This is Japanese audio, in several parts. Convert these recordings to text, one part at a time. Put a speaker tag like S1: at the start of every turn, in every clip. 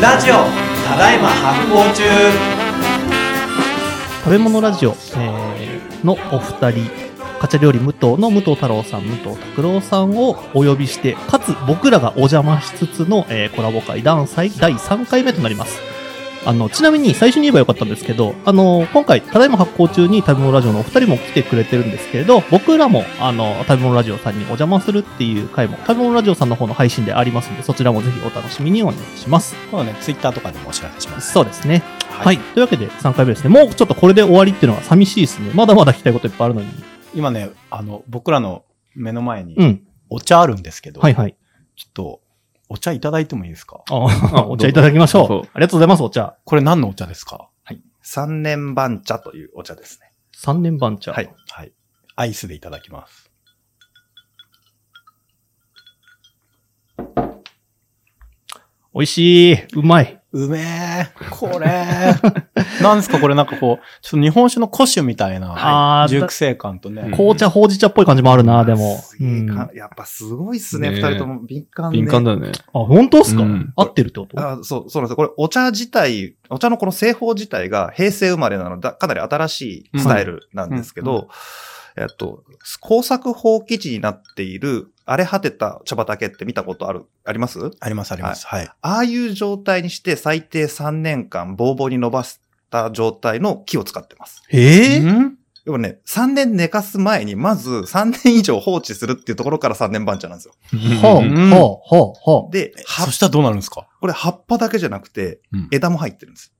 S1: ラジオただいま発行中
S2: 食べ物ラジオ、えーのお二人カチャ料理武藤の武藤太郎さん武藤拓郎さんをお呼びしてかつ僕らがお邪魔しつつの、えーコラボ会第最第3回目となりますあのちなみに最初に言えばよかったんですけどあの今回ただいま発行中に食べ物ラジオのお二人も来てくれてるんですけれど僕らもあの食べ物ラジオさんにお邪魔するっていう回も食べ物ラジオさんの方の配信でありますのでそちらもぜひお楽しみにお願いします
S3: 今度ね、ツイッターとかでもお知らせします。
S2: そうですね
S3: は。
S2: はいい、というわけで3回目ですね。もうちょっとこれで終わりっていうのは寂しいですね。まだまだ聞きたいこといっぱいあるのに。
S3: 今ね、あの、僕らの目の前に
S2: う、ん。
S3: お茶あるんですけど、
S2: はいはい。
S3: ちょっと、お茶いただいてもいいですか
S2: あ お茶いただきましょう
S4: どうぞ
S2: ありがとうございます、お茶。
S3: これ何のお茶ですか
S1: 三年番茶というお茶ですね
S2: 3年番茶。
S1: はい。
S3: はい。アイスでいただきます。
S2: 美味しい。うまい。
S3: うめえ、これ。 なんですかこれなんかこう、ちょっと日本酒の古酒みたいな、
S2: あー
S3: 熟成感と
S4: うん
S3: ね。
S2: 紅茶、ほうじ茶っぽい感じもあるな、でも。
S1: す
S2: う
S1: げえ
S2: ん、
S1: か
S2: あ、
S1: やっぱすごいっすね
S4: ね
S1: 二
S4: え
S1: 人とも敏感で
S4: 敏感だね。
S2: 本当っすか、
S4: うん
S2: 合ってるってこと
S1: あそう、そうなんですよ。これ、お茶自体、お茶のこの製法自体が平成生まれなので、かなり新しいスタイルなんですけど、
S3: うん
S1: えっと、工作放棄地になっている荒れ果てた茶畑って見たことある、あります
S3: ありますあります。はい。
S1: ああいう状態にして最低3年間ボーボーに伸ばした状態の木を使ってます。
S2: えー
S3: ん
S1: でもね、3年寝かす前に、まず3年以上放置するっていうところから3年番茶なんですよ。
S2: ほう
S3: うん
S2: ほうほうほう。
S1: で、葉
S3: そしたらどうなるんですか
S1: これ葉っぱだけじゃなくて
S4: うん、
S1: 枝も入ってるん です。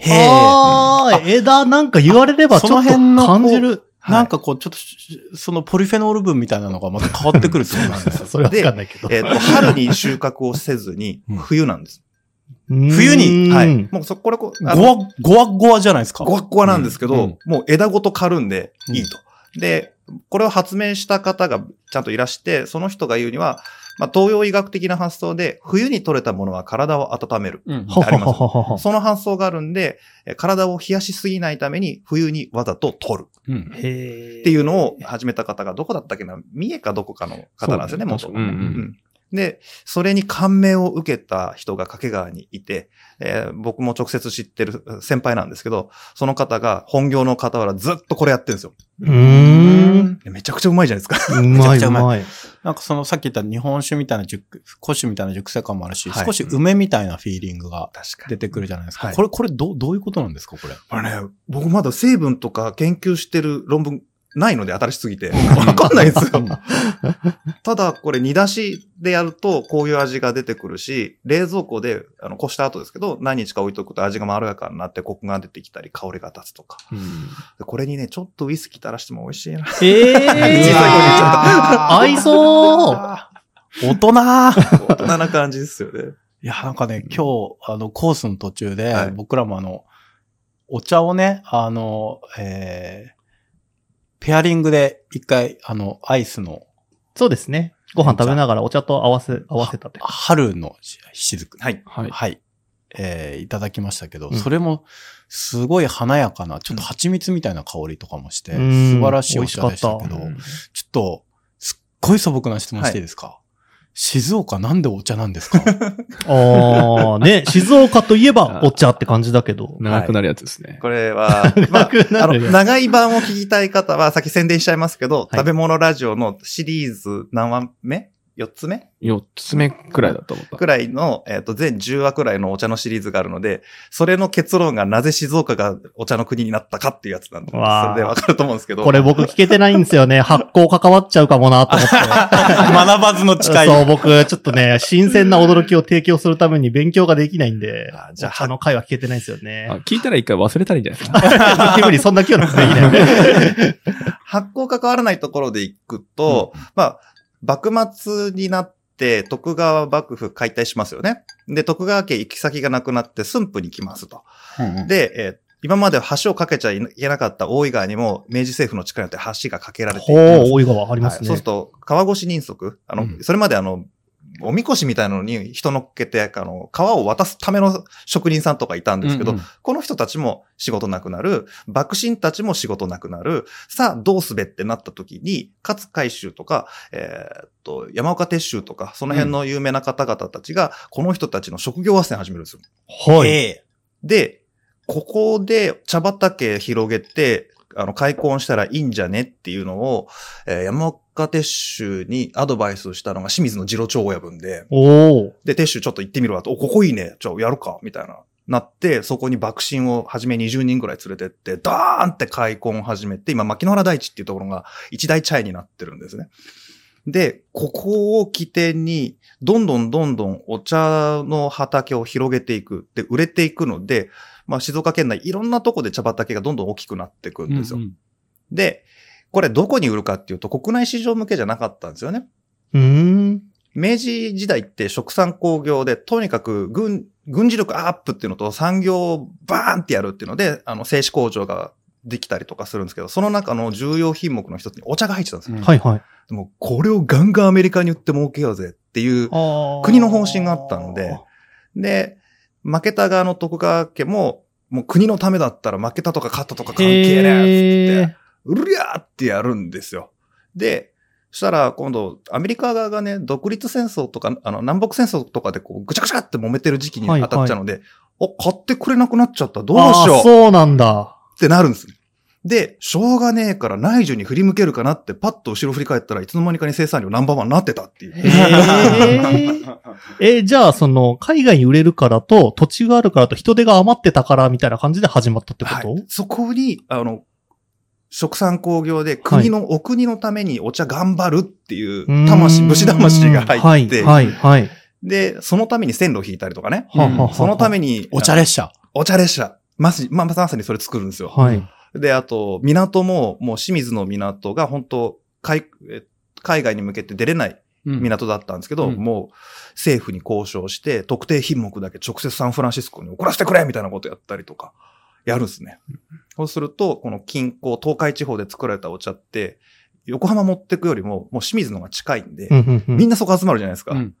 S3: へ
S2: あー、枝なんか言われればちょっ
S3: その
S2: と
S3: 辺の
S2: 感じる。。
S1: はい
S3: なんかこう、ちょっとし、そのポリフェノール分みたいなのがまた変わってくるそうなんですよ
S2: それはわかんないけど。
S1: えっ、と、春に収穫をせずに
S3: うん、
S1: 冬なんです。
S2: 冬
S3: 冬に
S1: はい。もうそこれこう、あ
S3: ご
S1: の
S3: わ、ごわごわじゃないですか。
S1: ごわっごわなんですけど、
S3: うん
S1: もう枝ごと刈るんで
S3: うん
S1: いいと。で、これを発明した方がちゃんといらして、その人が言うには、まあ、東洋医学的な発想で、冬に取れたものは体を温める。
S3: うん
S2: ほ
S1: あり
S2: ほ
S1: ます
S2: ほほほほ。
S1: その発想があるんで、え体を冷やしすぎないために、冬にわざと取る。
S3: うん
S2: へー
S1: っていうのを始めた方がどこだったっけな三重かどこかの方なんですよね、元
S4: そう
S1: 々
S4: ね
S1: ね、
S4: 確かにうんうん
S1: で、それに感銘を受けた人が掛川にいて、えー僕も直接知ってる先輩なんですけど、その方が本業の傍らずっとこれやってるんですよ。
S2: うーん。
S1: でめちゃくちゃうまいじゃないですか。
S2: う
S3: めちゃ
S2: まい
S3: くちゃ
S2: う
S3: う
S2: ま
S3: ま
S2: い。
S3: なんかそのさっき言った日本酒みたいな熟、古酒みたいな熟成感もあるし、
S1: はい
S3: 少し梅みたいなフィーリングが
S1: 確
S3: 出てくるじゃないですか。
S1: はい
S3: これ、これどう、どういうことなんですかこれ。
S1: これね、僕まだ成分とか研究してる論文ないので新しすぎて、わかんないんですよ。ただ、これ煮出しでやるとこういう味が出てくるし、冷蔵庫で、あの、こした後ですけど、何日か置いとくと味がまろやかになってコクが出てきたり、香りが立つとか。でこれにね、ちょっとウイスキー垂らしても美味しいな。
S2: ええ
S1: 小さい声で言っち
S2: ー、合い そう
S3: 大人
S1: 大人な感じですよね。
S3: いや、なんかね、今日、あの、コースの途中で、
S1: はい
S3: 僕らもあの、お茶をね、あの、えー、ペアリングで一回、あの、アイスの
S2: そうですね。ご飯食べながらお茶と合わせ、合わせたって。
S3: 春のししずく。
S1: はい。
S4: はい。
S3: はい。えーいただきましたけど、
S2: うん
S3: それもすごい華やかな、ちょっと蜂蜜みたいな香りとかもして、
S2: うん
S3: 素晴らしいお茶でしたけ
S2: 美味し
S3: ど、
S2: か
S3: ち
S2: っ
S3: ょっと、すっごい素朴な質問していいですか、静岡なんでお茶なんですか
S2: ああ、ね、静岡といえばお茶って感じだけど。
S4: 長くなるやつですね。
S1: これ は、まあ、
S2: 長くな
S1: あの、
S2: るよ。
S1: 長い版を聞きたい方は、先宣伝しちゃいますけど、
S2: い
S1: 食べ物ラジオのシリーズ何話目 ?4 つ目
S4: 4つ目くらいだと思った。
S1: くらいの、えっ、と、全10話くらいのお茶のシリーズがあるので、それの結論がなぜ静岡がお茶の国になったかっていうやつなんで、そ
S2: わあ
S1: れでわかると思うんですけど。
S2: これ僕聞けてないんですよね。発酵関わっちゃうかもなと思って。
S3: 学ばずの誓い。
S2: そう、僕、ちょっとね、新鮮な驚きを提供するために勉強ができないんで、
S1: あじ
S2: じ
S1: ゃ
S2: ゃ
S1: あ
S2: あ、の回は聞けてないんですよね
S4: あ。聞いたら一回忘れたらいいんじゃないですか。
S2: 無理無理、そんな気力できない。
S1: 発酵関わらないところでいくと、まあ、幕末になって徳川幕府解体しますよね。で、徳川家行き先がなくなって駿府に来ますと。
S3: うんうん
S1: で、えー今まで橋を架けちゃいけなかった大井川にも明治政府の力によって橋が架けられ
S2: ほ
S1: ていきます
S2: う、多いがわかります
S1: はいそう
S2: ね
S1: する。と、川越人足、あの、
S4: うん
S1: それまであの、おみこしみたいなのに人乗っけて、あの、川を渡すための職人さんとかいたんですけど、
S3: うんうん
S1: この人たちも仕事なくなる、幕臣たちも仕事なくなる、さあどうすべってなった時に、勝海舟とか、えーっと、山岡鉄舟とか、その辺の有名な方々たちが、この人たちの職業斡旋始めるんですよ。
S2: は
S3: え
S2: い。
S3: え
S1: で、ここで茶畑広げて、あの、開墾したらいいんじゃねっていうのを、えー山岡鉄舟にアドバイスしたのが清水の次郎長親分で、
S2: おー。
S1: で、鉄舟ちょっと行ってみるわと、お、ここいいね、ちょ、やるか、みたいな。なって、そこに爆心をはじめ20人ぐらい連れてって、ドーンって開墾を始めて、今、牧野原大地っていうところが一大茶屋になってるんですね。で、ここを起点に、どんどんどんどんお茶の畑を広げていく。で、売れていくので、まあ、静岡県内いろんなとこで茶畑がどんどん大きくなっていくんですよ。
S3: うんうん
S1: で、これどこに売るかっていうと、国内市場向けじゃなかったんですよね。
S2: うーん。
S1: 明治時代って食産工業で、とにかく軍、軍事力アップっていうのと産業をバーンってやるっていうので、あの、製紙工場ができたりとかするんですけど、その中の重要品目の一つにお茶が入ってたんですよ。
S2: はいはい。
S1: でも、これをガンガンアメリカに売って儲けようぜっていう国の方針があったので、で、負けた側の徳川家も、もう国のためだったら負けたとか勝ったとか関係ねえっつって、
S2: え。
S1: うりゃーってやるんですよ。で、そしたら今度、アメリカ側がね、独立戦争とか、あの、南北戦争とかでこう、ぐちゃぐちゃって揉めてる時期に
S2: はい
S1: 当たっちゃうので、お、買ってくれなくなっちゃった、どうし
S2: あ
S1: よ
S2: ー
S1: う
S2: そうなんだ。
S1: ってなるんです。で、しょうがねえから内需に振り向けるかなって、パッと後ろ振り返ったらいつの間にかに生産量ナンバーワンになってたっていう。
S2: へーえー、じゃあ、その、海外に売れるからと、土地があるからと、人手が余ってたから、みたいな感じで始まったってこ
S1: は
S2: と、
S1: い、そこに、あの、食産工業で国の、お国のためにお茶頑張るっていう
S2: うーん
S1: 魂、武士魂が入って、
S2: はい、はい、はい。
S1: で、そのために線路を引いたりとかね。
S2: はあはあはあ
S1: そのために、
S3: お茶列車。
S1: お茶列車。まさに、まあまさにそれ作るんですよ。
S2: はい。
S1: で、あと、港も、もう清水の港が本当海、え海外に向けて出れない港だったんですけど、
S3: うん
S1: もう政府に交渉して、特定品目だけ直接サンフランシスコに送らせてくれみたいなことやったりとか、やるんですね。そうすると、この近郊、東海地方で作られたお茶って、横浜持ってくよりも、もう清水の方が近いんで、
S2: うんうんうん
S1: みんなそこ集まるじゃないですか。
S3: うん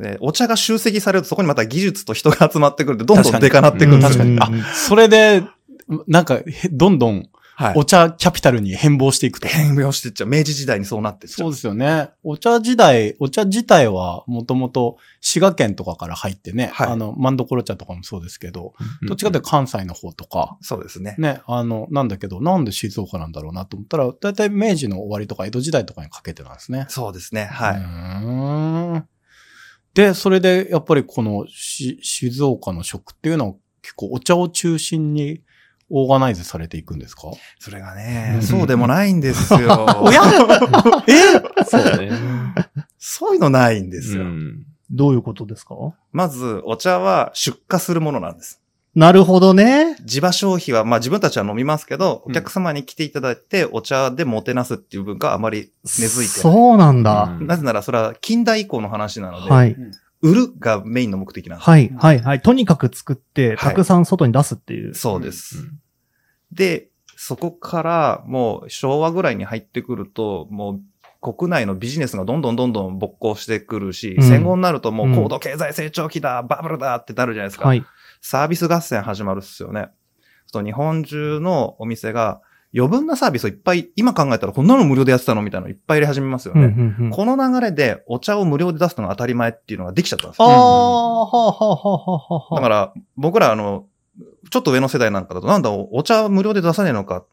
S1: でお茶が集積されると、そこにまた技術と人が集まってくるんで、どんど
S3: 確か
S1: ん
S3: に
S1: でかなってくるんですよ
S3: 確かに
S2: うんうんうん
S3: それで、なんか、へどんどん
S1: はい。
S3: お茶キャピタルに変貌していくと。
S1: 変容してっちゃう。明治時代にそうなってっちゃ。
S3: そううですよね。お茶時代、お茶自体はもともと滋賀県とかから入ってね、
S1: はい
S3: あの、万所茶とかもそうですけど、どっちかというと
S4: と
S3: 関西の方とか、
S1: そうですね。
S3: ね、あの、なんだけど、なんで静岡なんだろうなと思ったら、だいたい明治の終わりとか江戸時代とかにかけてなんですね。
S1: そうですね。はい。
S3: い。で、それで、やっぱりこのし、静岡の食っていうのは結構お茶を中心にオーガナイズされていくんですか
S1: それがね、
S4: うん
S1: そうでもないんです よ。
S4: そうだね。
S1: そういうのないんですよ。
S4: うん
S2: どういうことですか
S1: まず、お茶は出荷するものなんです。
S2: なるほどね。
S1: 地場消費は、まあ自分たちは飲みますけど、
S3: うん
S1: お客様に来ていただいて、お茶でもてなすっていう文化はあまり根付いてない。
S2: そうなんだ。
S1: なぜならそれは近代以降の話なので、
S2: はい。
S1: 売るがメインの目的なんです。
S2: はい、はい、はい。とにかく作って、
S1: はい
S2: たくさん外に出すっていう。
S1: そうです。。で、そこからもう昭和ぐらいに入ってくると、もう国内のビジネスがどんどんどんどん勃興してくるし、
S2: うん
S1: 戦後になるともううん高度経済成長期だ、バブルだってなるじゃないですか。
S2: はい。
S1: サービス合戦始まるっすよね。そうすると日本中のお店が余分なサービスをいっぱい、今考えたらこんなの無料でやってたのみたいなのいっぱい入れ始めますよ
S2: うんう
S1: ね。
S2: んうん
S1: この流れでお茶を無料で出すのが当たり前っていうのができちゃったんです
S2: あ
S1: よ。
S2: あ、はあ、はあ、はあ、はあ。
S1: だから、僕らあの、ちょっと上の世代なんかだと、なんだお、お茶無料で出さねえのか。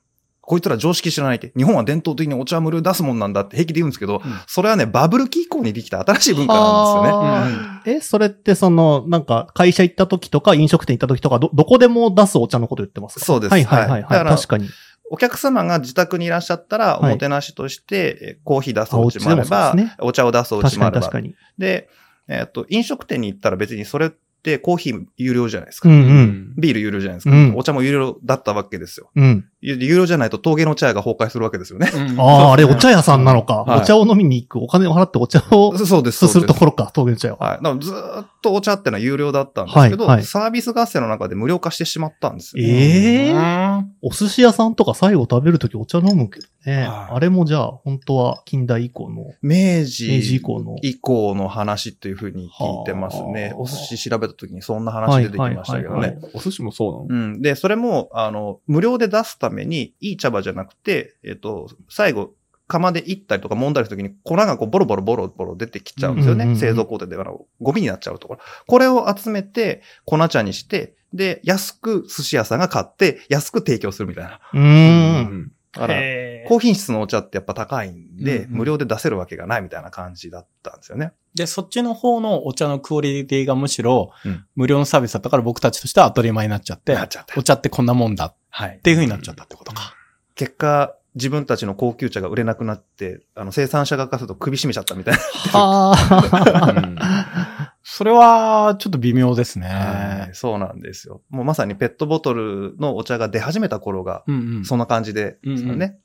S1: こいつら常識知らないって。日本は伝統的にお茶無料で出すもんなんだって平気で言うんですけど、
S3: うん
S1: それはね、バブル期以降にできた新しい文化なんですよね。
S2: はあえ、それってその、なんか、会社行った時とか、飲食店行った時とか、ど、どこでも出すお茶のこと言ってますか
S1: そうです
S2: はいはいは、
S1: はいい
S2: は
S1: だ
S2: い。
S1: から
S2: 確かに。
S1: お客様が自宅にいらっしゃったら、お
S2: はい
S1: もてなしとして、えコーヒー出すお家もあ
S2: あお家で
S1: れ
S2: もそ
S1: ば、
S2: うですね
S1: お茶を出すお
S2: 確か
S1: 家もあ
S2: に
S1: れ
S2: 確
S1: ば
S2: か。に。
S1: で、えっ、と、飲食店に行ったら別にそれって、コーヒー有料じゃないです
S2: う
S1: か。
S2: んう。
S3: うんん。
S1: ビール有料じゃないですか。
S2: うん
S1: お茶も有料だったわけですよ。
S2: うん。
S1: ゆ有料じゃないと峠の茶屋が崩壊するわけですよね。
S3: うん
S2: ああ、あれお茶屋さんなのか。
S1: はい
S2: お茶を飲みに行く。お金を払ってお茶を
S1: そうで
S2: す
S1: す。そうです
S2: するところか、峠の茶屋は。
S1: はい。だからずーっとお茶ってのは有料だったんですけど、
S2: はいはい
S1: サービス合戦の中で無料化してしまったんですよね、
S2: ええ
S3: うん
S2: お寿司屋さんとか最後食べるときお茶飲むけどね。
S3: はい
S2: あれもじゃあ、本当は近代以降の、
S1: 明治
S2: 明治以降の。
S1: 以降の話というふうに聞いてますね。
S2: はあ
S1: お寿司調べた時にそんな話出てきましたけど
S2: はいはいはい
S1: ね。
S4: お寿司もそうな
S1: う
S4: の
S1: ん。で、それも、あの、無料で出すために、いい茶葉じゃなくて、えっ、と、最後、釜でいったりとか揉んだりするときに粉がこうボロボロボロボロ出てきちゃうんですよね。
S2: うんうんうん
S1: 製造工程であのゴミになっちゃうところ。これを集めて粉茶にして、で、安く寿司屋さんが買って、安く提供するみたいな。
S2: うーん。
S1: だから、
S2: へー
S1: 高品質のお茶ってやっぱ高いんで、
S3: うんうん
S1: 無料で出せるわけがないみたいな感じだったんですよね。
S3: で、そっちの方のお茶のクオリティがむしろ
S1: うん、
S3: 無料のサービスだったから僕たちとしては当たり前になっちゃって
S1: な、っちゃった
S3: お。茶ってこんなもんだっ
S1: はい。
S3: ていう風になっちゃったってことか。
S1: 結果、自分たちの高級茶が売れなくなって、あの、生産者側からすると首絞めちゃったみたいな。
S2: は
S3: それは、ちょっと微妙です
S1: は
S3: ね
S1: い。そうなんですよ。もうまさにペットボトルのお茶が出始めた頃が、
S3: うんうん
S1: そんな感じで、
S3: うんうん
S1: そのね、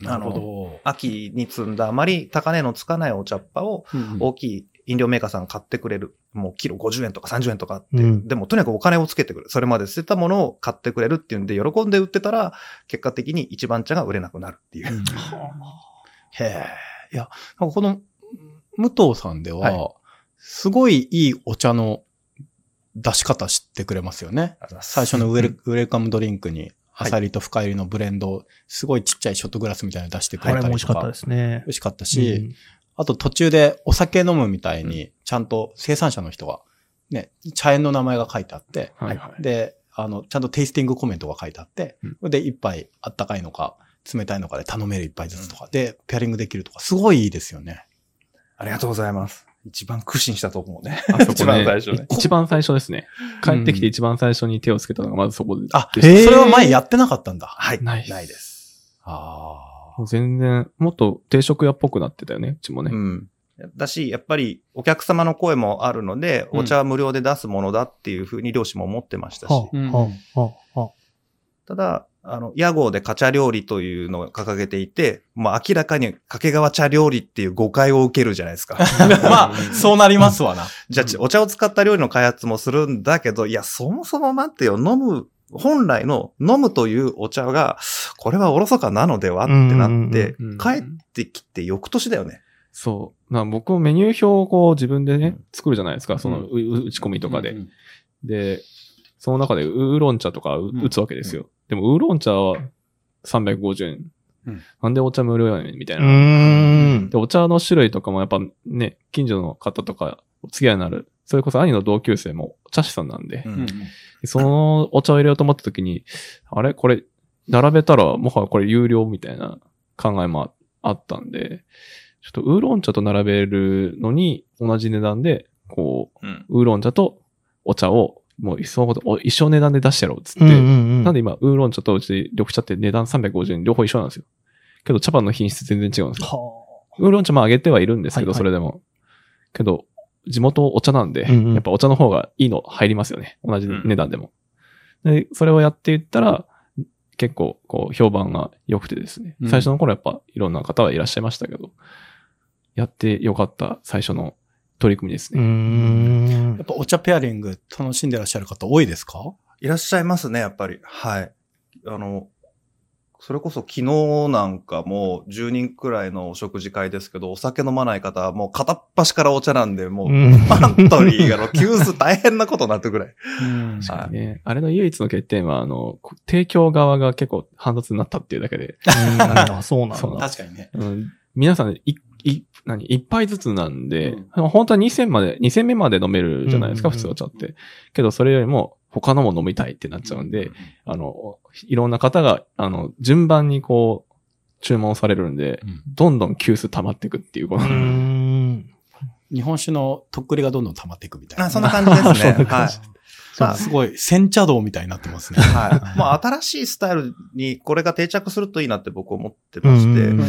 S3: なるほ
S1: 秋に摘んだあまり高値のつかないお茶っ葉を
S3: ど。うん
S1: 大きい飲料メーカーさんが買ってくれる。もうキロ50円とか30円とかあって、
S2: うん
S1: でもとにかくお金をつけてくる。それまで捨てたものを買ってくれるっていうんで、喜んで売ってたら、結果的に一番茶が売れなくなるっていう。
S3: うんへえ。いや、なんかこの、武藤さんで
S1: は
S3: は、すごいいいお茶の出し方知ってくれますよね。最初のウェルウェルカムドリンクに、ア
S1: い
S3: サリと深入りのブレンドを、すごいちっちゃいショットグラスみたいなの出してく
S2: あ
S3: れた
S2: れ
S3: りとか。
S2: も美味しかったですね
S3: 美。味しかった
S2: う
S3: し、
S2: ん
S3: あと途中でお酒飲むみたいに、ちゃんと生産者の人が、ね、茶園の名前が書いてあって、
S4: はいはい。
S3: で、あの、ちゃんとテイスティングコメントが書いてあって、
S4: うん
S3: それで、一杯あったかいのか、冷たいのかで頼める一杯ずつとか、で、ペアリングできるとか、すごいいいですよね。
S1: ありがとうございます。一番苦心したと思 うね。
S4: あそこね
S1: 一番最初ね
S4: い一番最初ですね。帰ってきて一番最初に手をつけたのがまずそこで。
S3: あ、そ
S4: でした
S2: へ
S3: れ
S2: ー
S3: は前やってなかったんだ。
S1: はい。
S4: ない
S1: ないです。
S3: あ
S4: もう全然、もっと定食屋っぽくなってたよね、うちもね。
S1: うん。だし、やっぱりお客様の声もあるので、
S3: うん
S1: お茶は無料で出すものだっていうふうに両親も思ってましたし、
S2: はあ、はあ、はあ、は
S1: ただ、あの、屋号でカチャ料理というのを掲げていて、まあ明らかに掛川茶料理っていう誤解を受けるじゃないです か。
S3: あ。 まあ、そうなりますわな。
S1: じゃあ、お茶を使った料理の開発もするんだけど、いや、そもそも待ってよ、飲む、本来の飲むというお茶が、これはおろそかなのではってなって
S4: うんうんうんうん、
S1: 帰ってきて翌年だよね。
S4: そう。まあ僕もメニュー表をこう自分でね、作るじゃないですか、その
S3: うん
S4: うう打ち込みとかで
S3: う。ん
S4: で、その中でウーロン茶とかう
S3: うん
S4: 打つわけですよ。でもウーロン茶は350円。
S3: うん
S4: なんでお茶無料やねんみたい
S2: あ。う
S4: な。
S2: ーん。
S4: で、お茶の種類とかもやっぱね、近所の方とか、お付き合いになる。それこそ兄の同級生も茶師さんなんで、
S1: う
S3: うん
S1: ん
S4: そのお茶を入れようと思った時に、あれこれ、並べたら、もはやこれ有料みたいな考えもああったんで、ちょっとウーロン茶と並べるのに、同じ値段で、こ
S1: うん
S4: う、ウーロン茶とお茶を、もう一層、お一緒値段で出してやろうっつって、
S2: うんうんうん
S4: なんで今、ウーロン茶とうち緑茶って値段350円両方一緒なんですよ。けど茶葉の品質全然違うんですよ。
S2: は
S4: ウーロン茶も上げてはいるんですけど、
S2: はいはい
S4: それでも。けど、地元お茶なんで、
S2: うんうん
S4: やっぱお茶の方がいいの入りますよね。同じ値段でも。で、それをやっていったら、結構、こう、評判が良くてですね。
S3: うん
S4: 最初の頃やっぱ、いろんな方はいらっしゃいましたけど、やって良かった最初の取り組みです
S2: あ。うー
S4: ね。
S2: ん
S3: やっ。ぱお茶ペアリング楽しんでらっしゃる方多いですか
S1: いらっしゃいますね、やっぱり。はい。あの、それこそ昨日なんかも10人くらいのお食事会ですけど、お酒飲まない方はもう片っ端からお茶なんで、もう、
S2: うん
S1: パントリーがの急須大変なことになってくらい。
S3: うん
S4: 確かにね。あれの唯一の欠点は、あの、こ提供側が結構煩雑になったっていうだけで、
S2: あ、そうなん
S4: そう
S2: だ。
S3: 確かにね。
S4: うん皆さん、い、い、何一杯ずつなんで、
S3: うん
S4: 本当は2000まで、2000目まで飲めるじゃないですか、
S2: うんうん
S4: 普
S2: うん
S4: 通の茶って。けど、それよりも、他のも飲みたいってなっちゃうんで、あの、いろんな方が、あの、順番にこう、注文されるんで、
S3: うん
S4: どんどん急須溜まっていくっていう、こ
S2: う
S4: の、
S2: ーん。
S3: 日本酒のとっくりがどんどん溜まっていくみたいな。
S1: あそ んな感じです
S4: そん
S1: ね。
S4: な
S1: は
S4: 感
S1: い
S4: じ。
S1: まあ
S3: すごい、煎茶道みたいになってますね。
S1: はい。まあ、新しいスタイルにこれが定着するといいなって僕思ってまして、
S2: うん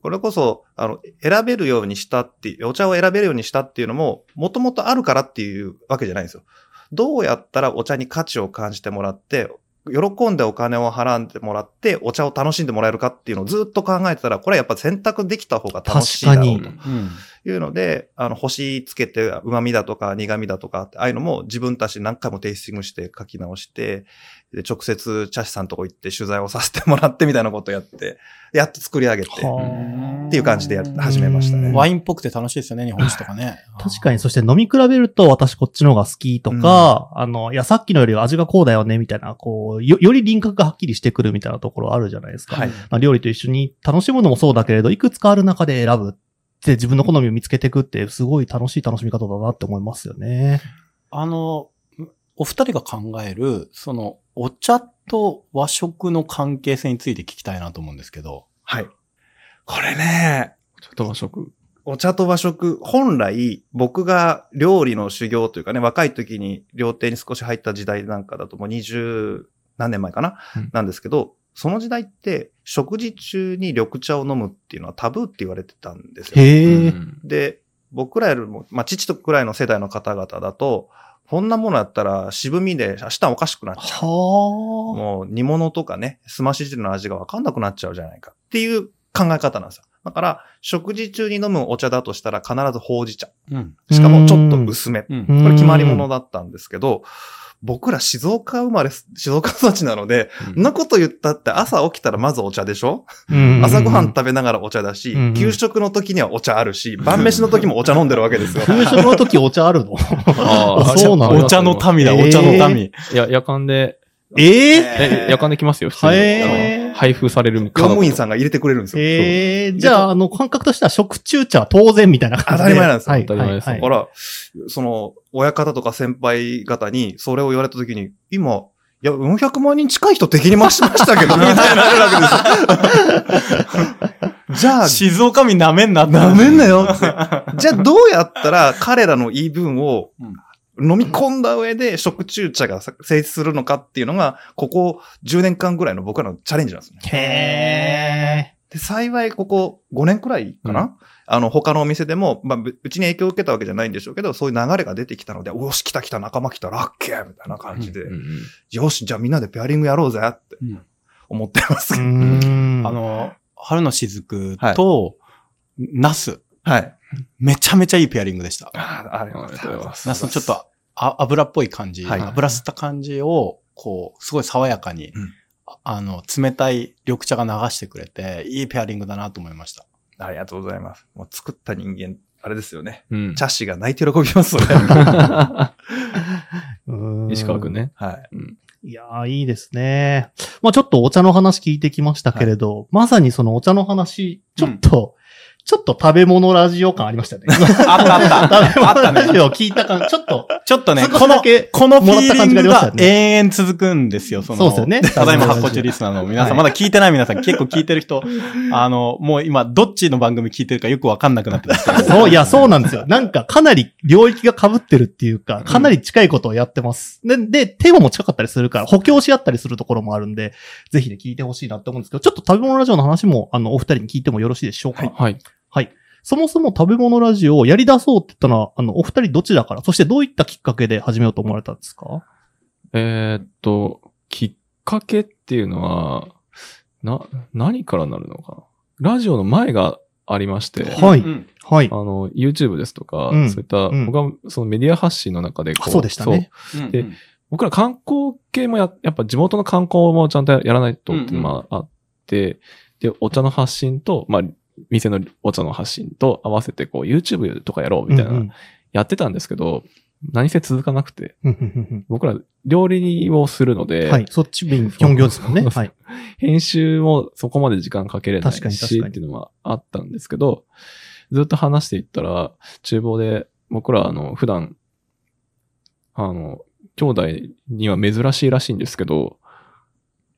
S1: これこそ、あの、選べるようにしたっていう、お茶を選べるようにしたっていうのも、もともとあるからっていうわけじゃないんですよ。どうやったらお茶に価値を感じてもらって、喜んでお金を払ってもらって、お茶を楽しんでもらえるかっていうのをずっと考えてたら、これはやっぱ選択できた方が楽しいだろう
S2: 確
S1: と
S2: か
S3: うん。
S1: いうので、あの、星つけて、旨味だとか苦味だとか、ああいうのも自分たち何回もテイスティングして書き直して、で直接茶師さんとこ行って取材をさせてもらってみたいなことやって、やっと作り上げて、
S2: はあ
S1: っていう感じでや始めましたね。
S3: ワインっぽくて楽しいですよね、日本酒とか ね。
S2: 確かに、そして飲み比べると、私こっちの方が好きとか、あの、いや、さっきのより味がこうだよね、みたいな、こう、よ、より輪郭がはっきりしてくるみたいなところあるじゃないですか。
S1: はい。
S2: まあ、料理と一緒に楽しむのもそうだけれど、いくつかある中で選ぶって、自分の好みを見つけていくって、すごい楽しい楽しみ方だなって思いますよね。
S3: あの、お二人が考える、その、お茶と和食の関係性について聞きたいなと思うんですけど。
S1: はい。これね、
S4: ちょっと和食。
S1: お茶と和食、本来僕が料理の修行というかね、若い時に料亭に少し入った時代なんかだともう二十何年前かな、
S4: うん
S1: なんですけど、その時代って食事中に緑茶を飲むっていうのはタブーって言われてたんですよ。
S2: へえ。
S4: うん
S1: で、僕らよりも、まあ、父とくらいの世代の方々だと、こんなものやったら渋みで明日おかしくなっちゃう。
S2: は
S1: もう煮物とかね、すまし汁の味がわかんなくなっちゃうじゃないかっていう考え方なんですよ。だから、食事中に飲むお茶だとしたら必ずほうじ茶。
S3: うん。
S1: しかもちょっと薄め。こ
S3: う。
S2: うんん
S1: れ決まりものだったんですけど、僕ら静岡生まれ、静岡育ちなので、んなこと言ったって朝起きたらまずお茶でしょ
S2: うん
S1: 朝ごはん食べながらお茶だし
S2: うんうん、
S1: 給食の時にはお茶あるし、晩飯の時もお茶飲んでるわけですよ。
S2: 給食の時お茶あ るの
S4: あ
S2: あ
S4: あ、
S2: そうなの
S3: お茶の民だ、お茶の民。
S4: いや、夜間で、
S2: ええ
S4: え、夜間で来ますよ、普通に。
S2: へー
S4: あの配布されるみた
S1: 公
S4: いな。
S1: 務員さんが入れてくれるんですよ。
S2: ええじゃあ、あの、感覚としては食中茶は当然みたいな感じで。
S1: 当たり前なんですよ
S2: はい、
S4: 当たり前です
S2: はい
S1: だから、その、親方とか先輩方に、それを言われたときに、今、いや、400万人近い人敵に回しましたけど、みたいになるわけですよ。じゃあ、
S3: 静岡民舐めんなって。
S1: ダメん なよって。じゃあ、どうやったら彼らの言い分を飲み込んだ上で食中茶が成立するのかっていうのが、ここ10年間ぐらいの僕らのチャレンジなんですね。
S2: へ
S1: で、幸いここ5年くらいかな、あの、他のお店でも、まあ、ぶうちに影響を受けたわけじゃないんでしょうけど、そういう流れが出てきたので、およし、来た来た、仲間来た、ラッキーみたいな感じで、
S4: うんうん
S1: よし、じゃあみんなでペアリングやろうぜって
S3: うん
S1: 思ってます。
S2: ー。うーん。
S3: あの、春の雫と、ナス。
S1: はい。
S3: めちゃめちゃいいペアリングでした。
S1: ああ、ありがとうございま
S3: ナ
S1: す。
S3: スのちょっとあ油っぽい感じ、
S1: はい
S3: 油吸った感じを、こう、すごい爽やかに、
S1: うん
S3: ああの、冷たい緑茶が流してくれて、いいペアリングだなと思いました。
S1: ありがとうございます。もう作った人間、あれですよね。
S4: うん。
S1: 茶師が泣いて喜びます、ね、
S2: うーん
S4: 石川くん。ね。
S1: はい。
S2: いやー、いいですね。まあちょっとお茶の話聞いてきましたけれど、まさにそのお茶の話、ちょっと、ちょっと食べ物ラジオ感ありまし たね。
S3: あった あった。
S2: 食べ物ラ ジオ聞いた感じ、ちょっと、
S3: ちょっとね、
S2: 少
S3: こ
S2: しだ
S3: の、
S2: け
S3: このフィーリング
S2: もらった
S3: が
S2: 感じがありましたよね
S3: 永遠続くんですよ、その。
S2: そうですよね
S3: ただいま 発行中リスナーの皆さん、まだ聞いてない皆さん、結構聞いてる人、あの、もう今、どっちの番組聞いてるかよくわかんなくなってますけど
S2: そう、いや、そうなんですよ。なんか、かなり領域が被ってるっていうか、かなり近いことをやってます。で、で、テーマも近かったりするから、補強し合ったりするところもあるんで、ぜひね、聞いてほしいなって思うんですけど、ちょっと食べ物ラジオの話も、あの、お二人に聞いてもよろしいでしょうか。
S4: はい。
S2: そもそも食べ物ラジオをやり出そうって言ったのは、あの、お二人どちらから、そしてどういったきっかけで始めようと思われたんですか
S4: えーっと、きっかけっていうのは、な、何からなるのかなラジオの前がありまして、
S2: はい
S3: うん
S2: はい
S4: あ。の、YouTube ですとか、
S2: うん
S4: そういった、
S2: うん
S4: 僕はそのメディア発信の中でこ
S2: あそうでしたね。
S3: うん
S4: で僕ら観光系もや、やっぱ地元の観光もちゃんとやらないとっていうのもあって、で、お茶の発信と、まあ、店のお茶の発信と合わせて、こう、YouTube とかやろうみたいな、
S2: うんうん
S4: やってたんですけど、何せ続かなくて、
S2: うんうん
S4: 僕ら料理をするの
S2: う
S4: で、
S2: んはい。そっち 便、本業ですもんね。
S4: そうそ
S2: は
S4: う
S2: い。
S4: 編集もそこまで時間かけれないし
S2: 確かに確かに
S4: っていうのはあったんですけど、ずっと話していったら、厨房で僕らあの、普段、あの、兄弟には珍しいらしいんですけど、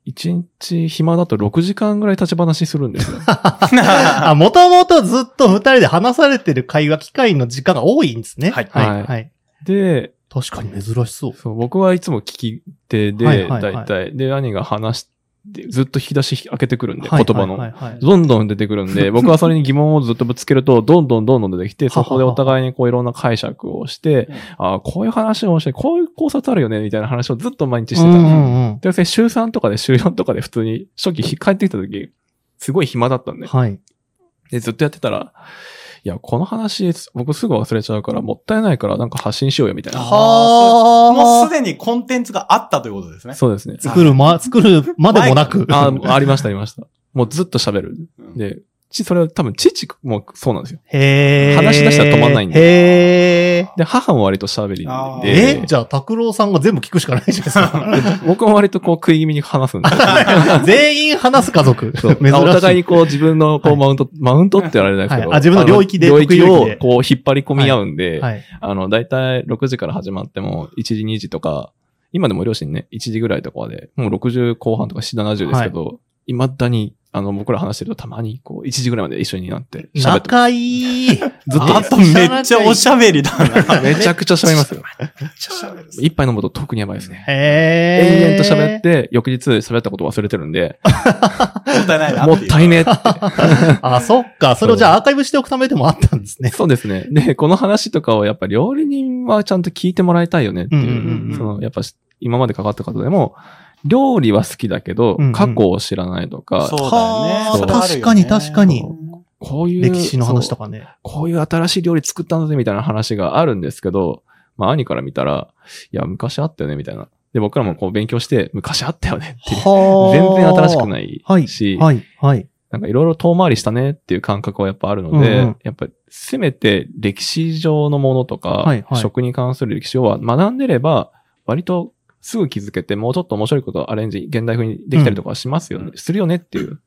S4: 一日暇だと6時間ぐらい立ち話するんで すよ。
S2: あ、もともとずっと二人で話されてる会話機会の時間が多いんですね。
S1: はい
S2: は。
S4: はいい
S2: はい。
S4: で、
S2: 確かに珍しそう。
S4: そう僕はいつも聞き手で、
S2: はいはいはい
S4: だいたい。で、兄が話しでずっと引き出し開けてくるんで、
S2: はい
S4: 言葉の
S2: は。いはいはい
S4: どんどん出てくるん で、僕はそれに疑問をずっとぶつけると、どんどんどんどん出てきて、そこでお互いにこういろんな解釈をして、ああ、こういう話をして、こういう考察あるよね、みたいな話をずっと毎日してた。
S2: うんうんうん
S4: で、それ週3とかで週4とかで普通に初期帰ってきた時、すごい暇だったんで。
S2: はい。
S4: で、ずっとやってたら、いや、この話、僕すぐ忘れちゃうから、もったいないからなんか発信しようよ、みたいな。
S3: あ もうすで
S2: は
S3: にコンテンツがあったということですね。
S4: そうですね
S2: あ。。作るま、作るまでもなく。
S4: あ、ありました、ありました。もうずっと喋る。で、ち、それは多分、父もそうなんですよ。
S2: へー
S4: 話し出したら止まんないんで
S2: へー
S4: で、母も割と喋りなんで。
S2: えじゃあ、拓郎さんが全部聞くしかないじゃないですか。
S4: 僕も割とこう食い気味に話すんですよ
S2: 全員話す家族。 珍し
S4: そう
S2: い。
S4: お互いにこう自分のこ
S2: は
S4: う
S2: い
S4: マウント、マウントって言われないですけど。
S2: はいあ自分の領域で
S4: あ領域
S2: 得意領域
S4: を
S2: で
S4: こう引っ張り込み合うんで、
S2: はい。
S4: あの、だいたい6時から始まっても1時2時とか、今でも両親ね、1時ぐらいとかで、もう60後半とか7、70ですけど、いまだに、あの、僕ら話してるとたまにこう1時ぐらいまで一緒になって喋ってます
S2: 仲いい。
S4: ずっと
S3: あとめっちゃおしゃべりだな。
S4: めちゃくちゃ喋りますよ。
S1: 喋る
S4: 一杯飲むと特にやばいですね。
S2: へー
S4: 延々と喋って、翌日喋ったこと忘れてるんで、
S3: もったいないな
S4: も
S3: っ
S4: って
S3: いう。
S4: たいねって。
S2: あ、そっか。それをじゃあアーカイブしておくためでもあったんですね。
S4: そうですね。で、この話とかをやっぱ料理人はちゃんと聞いてもらいたいよねっていう。
S2: うんうんうん
S4: その、やっぱし今までかかったことでも、料理は好きだけど、
S2: うんうん
S4: 過去を知らないとか、
S3: そうだよね。
S4: はあ
S2: 確かに確かに
S4: こういう、
S2: 歴史の話と
S4: そう
S2: かね。
S4: こういう新しい料理作ったんだぜみたいな話があるんですけど、まあ兄から見たら、いや、昔あったよねみたいな。で、僕らもこう勉強して、昔あったよねっていう。
S2: は
S4: 全然新しくないい
S2: はい
S4: し、
S2: はい、はい。
S4: なんかいろいろ遠回りしたねっていう感覚はやっぱあるので、
S2: うんうん
S4: やっぱせめて歴史上のものとか、
S2: はいはい
S4: 食に関する歴史をは学んでれば、割とすぐ気づけて、もうちょっと面白いことをアレンジ、現代風にできたりとかしますよね、するよねっていう。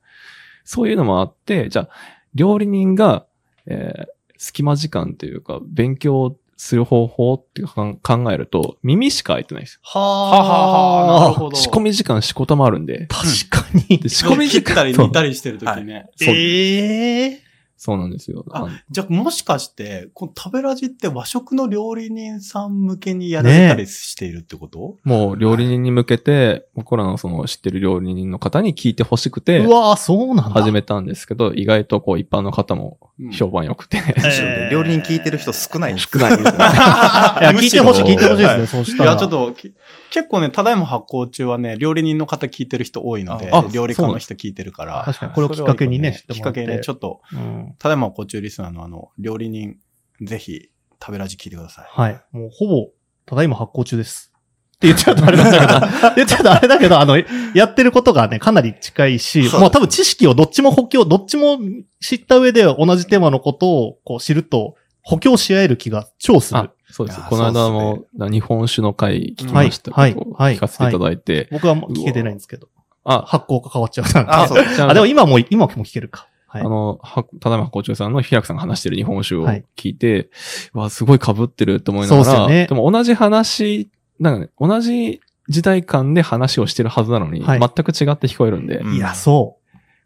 S4: そういうのもあって、じゃあ、料理人が、えー隙間時間というか、勉強する方法っていうか考えると、耳しか開いてないです
S2: は
S3: はあはあはあなるほ
S4: よ。
S3: ど。
S4: 仕込み時間しこたまあるんで。
S2: 確かに
S4: で。仕
S3: 仕込
S4: 込み
S3: み
S4: 時
S3: 切
S4: 間
S3: ったり煮たりしてる時ね。
S4: そう
S2: ええ
S4: そうなんですよ。
S3: あ
S4: あの
S3: じゃあもしかして、この食べラジって和食の料理人さん向けにやられたりしているってこと、
S4: もう料理人に向けて、僕らのその知ってる料理人の方に聞いてほしくて
S2: う、わぁ、そうなんだ。
S4: 始めたんですけど、意外とこう一般の方も評判良くて、
S2: えー
S1: 料理人聞いてる人少ないんです
S4: 少ないですね。
S2: いや、聞いてほしい、
S4: む
S2: 聞
S4: しろ
S2: いてほしいです
S3: は
S2: ね、
S3: い
S2: そうし
S3: い
S2: たら。
S3: や、ちょっと、き結構ね、ただいま発行中はね、料理人の方聞いてる人多いので
S4: あ、
S3: 料理家の人聞いてるから、
S2: 確かに、これをきっかけにね、知
S3: きっかけにね、ちょ
S2: っ
S3: っと、
S2: と。うん
S3: ただいま発行中リスナーのあの、料理人、ぜひ、食べラジ聞いてください。
S2: はい。もうほぼ、ただいま発行中です。って言っちゃうとあれなんだけど、言っちゃうとあれだけど、あの、やってることがね、かなり近いし、
S1: そう
S2: もう多分知識をどっちも補強、どっちも知った上で同じテーマのことをこう知ると、補強し合える気が超 する
S4: あ。そうです
S3: い。や
S4: この間
S3: そう
S4: も日本酒の会聞きました
S2: はい
S4: けど、
S2: はい
S4: 聞かせていただいて、
S2: 僕はもう聞けてないんですけど、
S4: あ、
S2: 発行が変わっちゃったんで。
S1: あ、
S2: あ、
S1: そう。
S4: じゃあ
S2: でも今も、今も聞けるか。はい
S4: あ。の、はただいま校長さんの平くさんが話してる日本酒を
S2: はい
S4: 聞いて、うわ、すごい被ってると思いなが
S2: そうっす
S4: ら、
S2: よね
S4: でも同じ話、なんかね、同じ時代間で話をしてるはずなのに、
S2: はい
S4: 全く違って聞こえるんで、
S1: うん
S2: いや、そ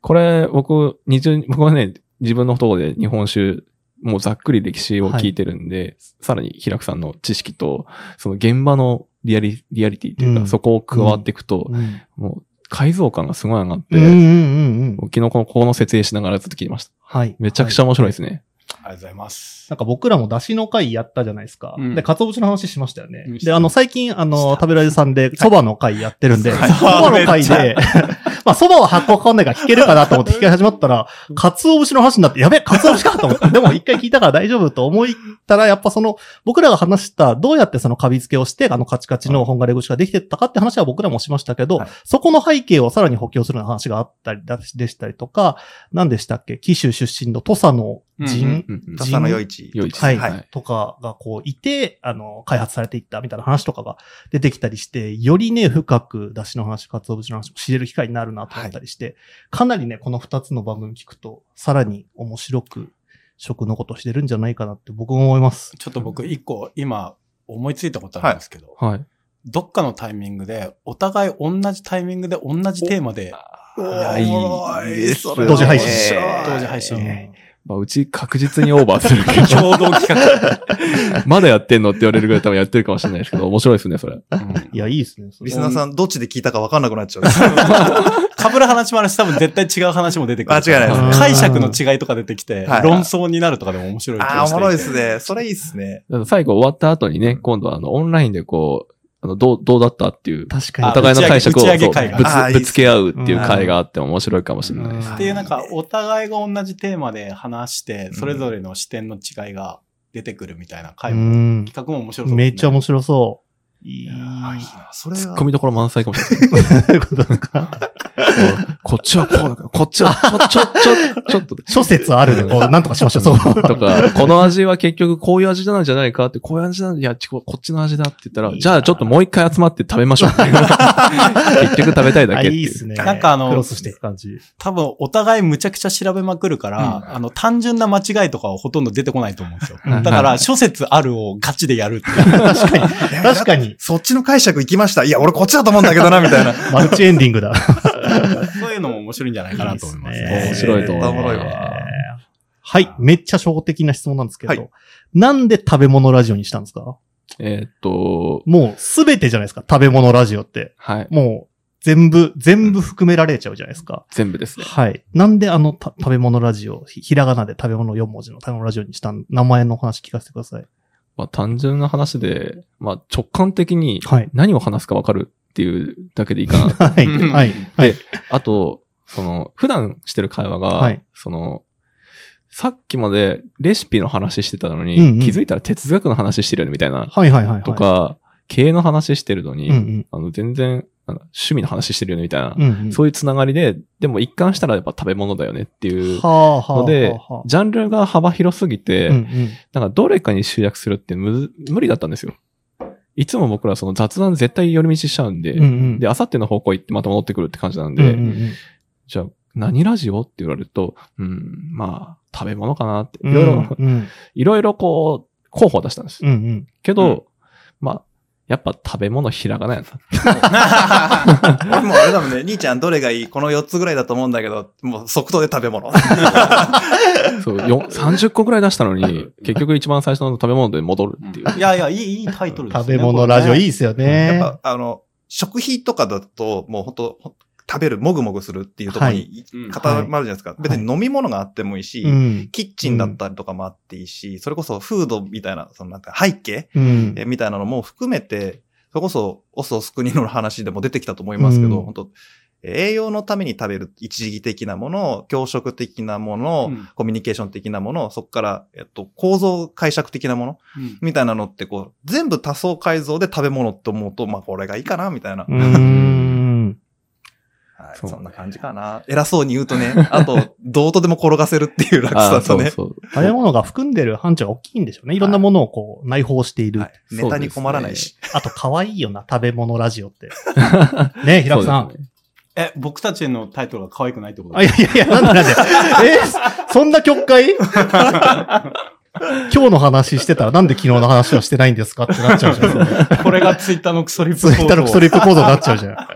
S4: これ、僕、二重、僕はね、自分のとこで日本酒、もうざっくり歴史を聞いてるんで、さらに平久さんの知識と、その現場のリアリリアリティというか、
S2: うん
S4: そこを加わっていくと
S2: う。、うん。
S4: もう解像感がすごい上がって、
S2: うんうんうんうん
S4: も。う昨日この、ここの設営しながらずっと聞きました。
S2: はい。
S4: めちゃくちゃ面白いですね。
S3: ありがとうございます。
S2: なんか僕らも出汁の会やったじゃないですか。
S3: うん
S2: で、鰹節の話しましたよね
S3: うん。
S2: で、あの、最近、あの、食べられさんで、蕎麦の会やってるんで、
S3: はい
S2: 蕎麦の会
S3: め
S2: で、 まあ、蕎麦は発酵変わんないから聞けるかなと思って聞き始まったら、鰹節の話になって、やべえ、鰹節かと思って、でも一回聞いたから大丈夫と思ったら、やっぱその、僕らが話した、どうやってそのカビ付けをして、あの、カチカチの本枯れ口ができてったかって話は僕らもしましたけど、
S1: はい
S2: そこの背景をさらに補強するような話があったりだしでしたりとか、何でしたっけ、紀州出身の土佐の
S3: うん
S2: 人、
S3: うん
S4: うんうん
S1: 田さの良市。
S4: 良いです
S2: はい、
S4: ね。
S2: とかがこういて、あの、開発されていったみたいな話とかが出てきたりして、よりね、深く出汁の話、鰹節の話も知れる機会になるなと思ったりして、かなりね、この二つの番組聞くと、さらに面白く食のことを知れるんじゃないかなって僕も思います。
S3: ちょっと僕、一個、今、思いついたことあるんですけど、
S4: はい。
S3: どっかのタイミングで、お互い同じタイミングで同じテーマで、
S1: お
S3: いやいい
S1: いいですね
S2: 同時配信
S3: 同時配信。
S2: うん
S4: まあ、うち確実にオーバーするけど、
S3: 共同企画。
S4: まだやってんのって言われるぐらい多分やってるかもしれないですけど、面白いですね、それ。
S2: いや、いいですね。それ
S1: リスナーさん、どっちで聞いたか分かんなくなっちゃう。
S3: かぶる話もあるし、多分絶対違う話も出てくる。
S1: あ違いない
S2: ですね
S3: 解釈の違いとか出てきて
S1: は、い
S3: 論争になるとかでも面白い気がして
S1: ああ、お
S3: て
S1: もろいですね。それいいっすね。
S4: だから最後終わった後にね、今度はあの、オンラインでこう、あの、どう、どうだったっていう、
S2: 確かに。
S4: お互いの解釈を
S3: 打
S4: そ
S3: ち
S4: う
S3: 上げ会が
S4: ぶつ
S1: あーいいっすね
S4: ぶつけ合うっていう会があっても面白いかもしれないです。
S3: っていうなんか、お互いが同じテーマで話して、それぞれの視点の違いが出てくるみたいな
S2: う
S3: 回も、
S2: ん。
S3: 企画も面白そうですね。
S2: めっちゃ面白そう。いい。
S1: あいいなそれ
S4: ツッ
S1: は
S4: コ。ミどころ満載かもしれない。
S2: という ことなんか、
S4: こっちはこうだから、こっちはちょ、ちょ、ちょ、ちょっと。
S2: 諸説あるね。こうなんとかしましょう。そう。
S4: とか、この味は結局こういう味なんじゃないかって、こういう味なんいや、ちここっちの味だって言ったら、じゃあちょっともう一回集まって食べましょう。結局食べたいだ
S2: あい
S4: けって
S2: い
S4: い
S2: っす
S4: う。
S2: ね。
S3: なんかあの
S2: クロスしていく感じ。
S3: 多分お互いむちゃくちゃ調べまくるから、あの、単純な間違いとかはほとんど出てこないと思うんですよ。
S2: うん
S3: だから、諸説あるをガチでやるっていう。
S2: 確かに。確かに。
S1: そっちの解釈行きました。いや、俺こっちだと思うんだけどな、みたいな。
S2: マルチエンディングだ。
S3: そういうのも面白いんじゃないかなと思います
S2: いい
S4: 面
S2: っ
S1: す
S2: ね
S4: 白いと思う。
S1: おもろいわ
S2: はい。めっちゃ初歩的な質問なんですけど。
S1: はい
S2: なんで食べ物ラジオにしたんですか
S4: えーっと、
S2: もうすべてじゃないですか。食べ物ラジオって。
S4: はい。
S2: もう全部、全部含められちゃうじゃないですか。
S4: 全部ですね。
S2: はい。なんであのた食べ物ラジオ、ひひらがなで食べ物4文字の食べ物ラジオにした名前のお話聞かせてください。
S4: まあ単純な話で、まあ直感的に
S2: はい。
S4: 何を話すかわかるっていうだけでいいかな。
S2: はい。
S3: うん
S2: はい。はい。
S4: あと、その、普段してる会話が、
S2: はい
S4: その、さっきまでレシピの話してたのに、
S2: うんうん
S4: 気づいたら哲学の話してるよねみたいな、
S2: はい。はい。はい。
S4: とか、経営の話してるのに、
S2: うんうん。
S4: あの全然なんだ趣味の話してるよねみたいな、
S2: うんうん。
S4: そういうつながりで、でも一貫したらやっぱ食べ物だよねっていう
S2: はあ、はあ。
S4: ので、
S2: はあはあ
S4: ジャンルが幅広すぎて、
S2: うんうん。
S4: なんかどれかに集約するってむず無理だったんですよ。いつも僕らその雑談絶対寄り道しちゃうんで、
S2: うんうん。
S4: で、あさっての方向行ってまた戻ってくるって感じなん
S2: う
S4: で、
S2: んうんうん
S4: じゃあ、何ラジオって言われると、うん、まあ、食べ物かなって、
S2: う
S4: い
S2: ん
S4: ろいろ、
S2: うん。
S4: いろいろこう、候補を出したんで
S2: う。
S4: す
S2: んうん。
S4: けど、まあ、やっぱ食べ物ひらがなやな。
S1: 俺もうあれだもんね、兄ちゃんどれがいいこの4つぐらいだと思うんだけど、もう即答で食べ物。
S4: そう、 よ30個くらい出したのに、結局一番最初の食べ物で戻るっていう。
S3: いやいや、いい、いいタイトルですね。
S2: 食べ物ラジオいい
S3: い。
S2: ですよね。
S1: やっぱ、あの、食費とかだと、もう本当食べる、もぐもぐするっていうところ
S2: は
S1: に
S3: うん
S1: 固まるじゃないですか。別に飲み物があってもいいし、
S2: うん。
S1: キッチンだったりとかもあっていいし、それこそフードみたいな、そのなんか背景
S2: うん。
S1: えみたいなのも含めて、それこそ、オスオス国の話でも出てきたと思いますけど、
S2: うん
S1: 本当栄養のために食べる一時的なもの、教食的なもの、
S3: うん
S1: コミュニケーション的なもの、そこから、えっと、構造解釈的なもの、
S3: うん
S1: みたいなのって、こう、全部多層改造で食べ物って思うと、まあ、これがいいかな、みたいな。
S2: うーん。
S1: はい、
S4: そう
S1: そんな感じかな。偉そうに言うとね、あ と、どうとでも転がせるっていう楽
S4: あ
S1: さ
S4: あ
S1: と
S4: そう
S1: ね、
S4: そう。
S2: 食べ物が含んでる範疇が大きいんでしょうね。いろんなものをこう内包している。
S1: はいネタに困らないし。
S2: あと可愛いよな、食べ物ラジオって。ね平子さん。
S4: そうですね
S3: え、僕たちのタイトルが可愛くないってこと
S2: あ、いやいやいや、なんでなんで。えそんな曲解今日の話してたらなんで昨日の話はしてないんですかってなっちゃうじゃん。
S3: これがツイッターのクソリップ
S2: ツイッターのクソ
S3: リ
S2: リップ構造になっちゃうじゃん。
S3: は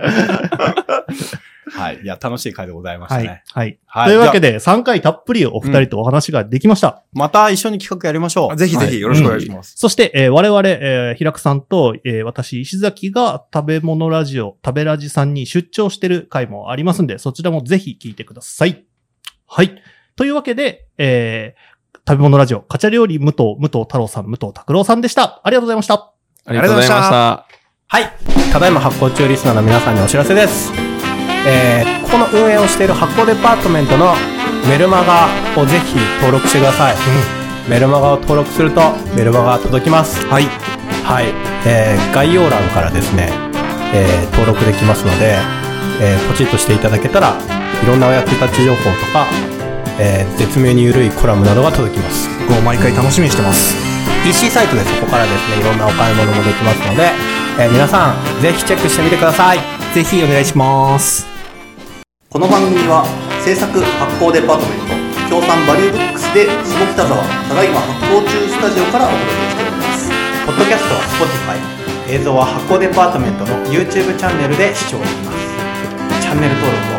S3: い。いや、楽しい回でございました
S2: は
S3: ね
S2: い。。はい。
S3: はい
S2: というわけで、3回たっぷりお二人とお話ができました。
S3: また一緒に企画やりましょう。
S1: ぜひぜひよろしくお願いします。
S2: そして、えー我々、えー、平久さんと、えー私、石崎が食べ物ラジオ、食べラジさんに出張してる回もありますんで、そちらもぜひ聞いてください。はい。というわけで、えー食べ物ラジオ、カチャ料理、武藤、武藤太郎さん、武藤拓郎さんでした。ありがとうございました。
S4: ありがとうございまし
S3: は
S4: た。
S3: い。ただいま発行中リスナーの皆さんにお知らせです。えーここの運営をしている発行デパートメントのメルマガをぜひ登録してください。メルマガを登録するとメルマガが届きます。はい。はい。えー概要欄からですね、えー登録できますので、えーポチッとしていただけたら、いろんなお役立ち情報とか、えー絶妙に緩いコラムなどが届きます。
S1: 毎回楽しみにしてます。
S3: EC サイトでそこからですねいろんなお買い物もできますので、えー皆さんぜひチェックしてみてくださいぜひお願いします
S5: この番組は制作発行デパートメント協賛バリューブックスで下北沢ただいま発行中スタジオからお届けしております
S3: ポッドキャストは Spotify 映像は発行デパートメントの YouTube チャンネルで視聴できますチャンネル登録を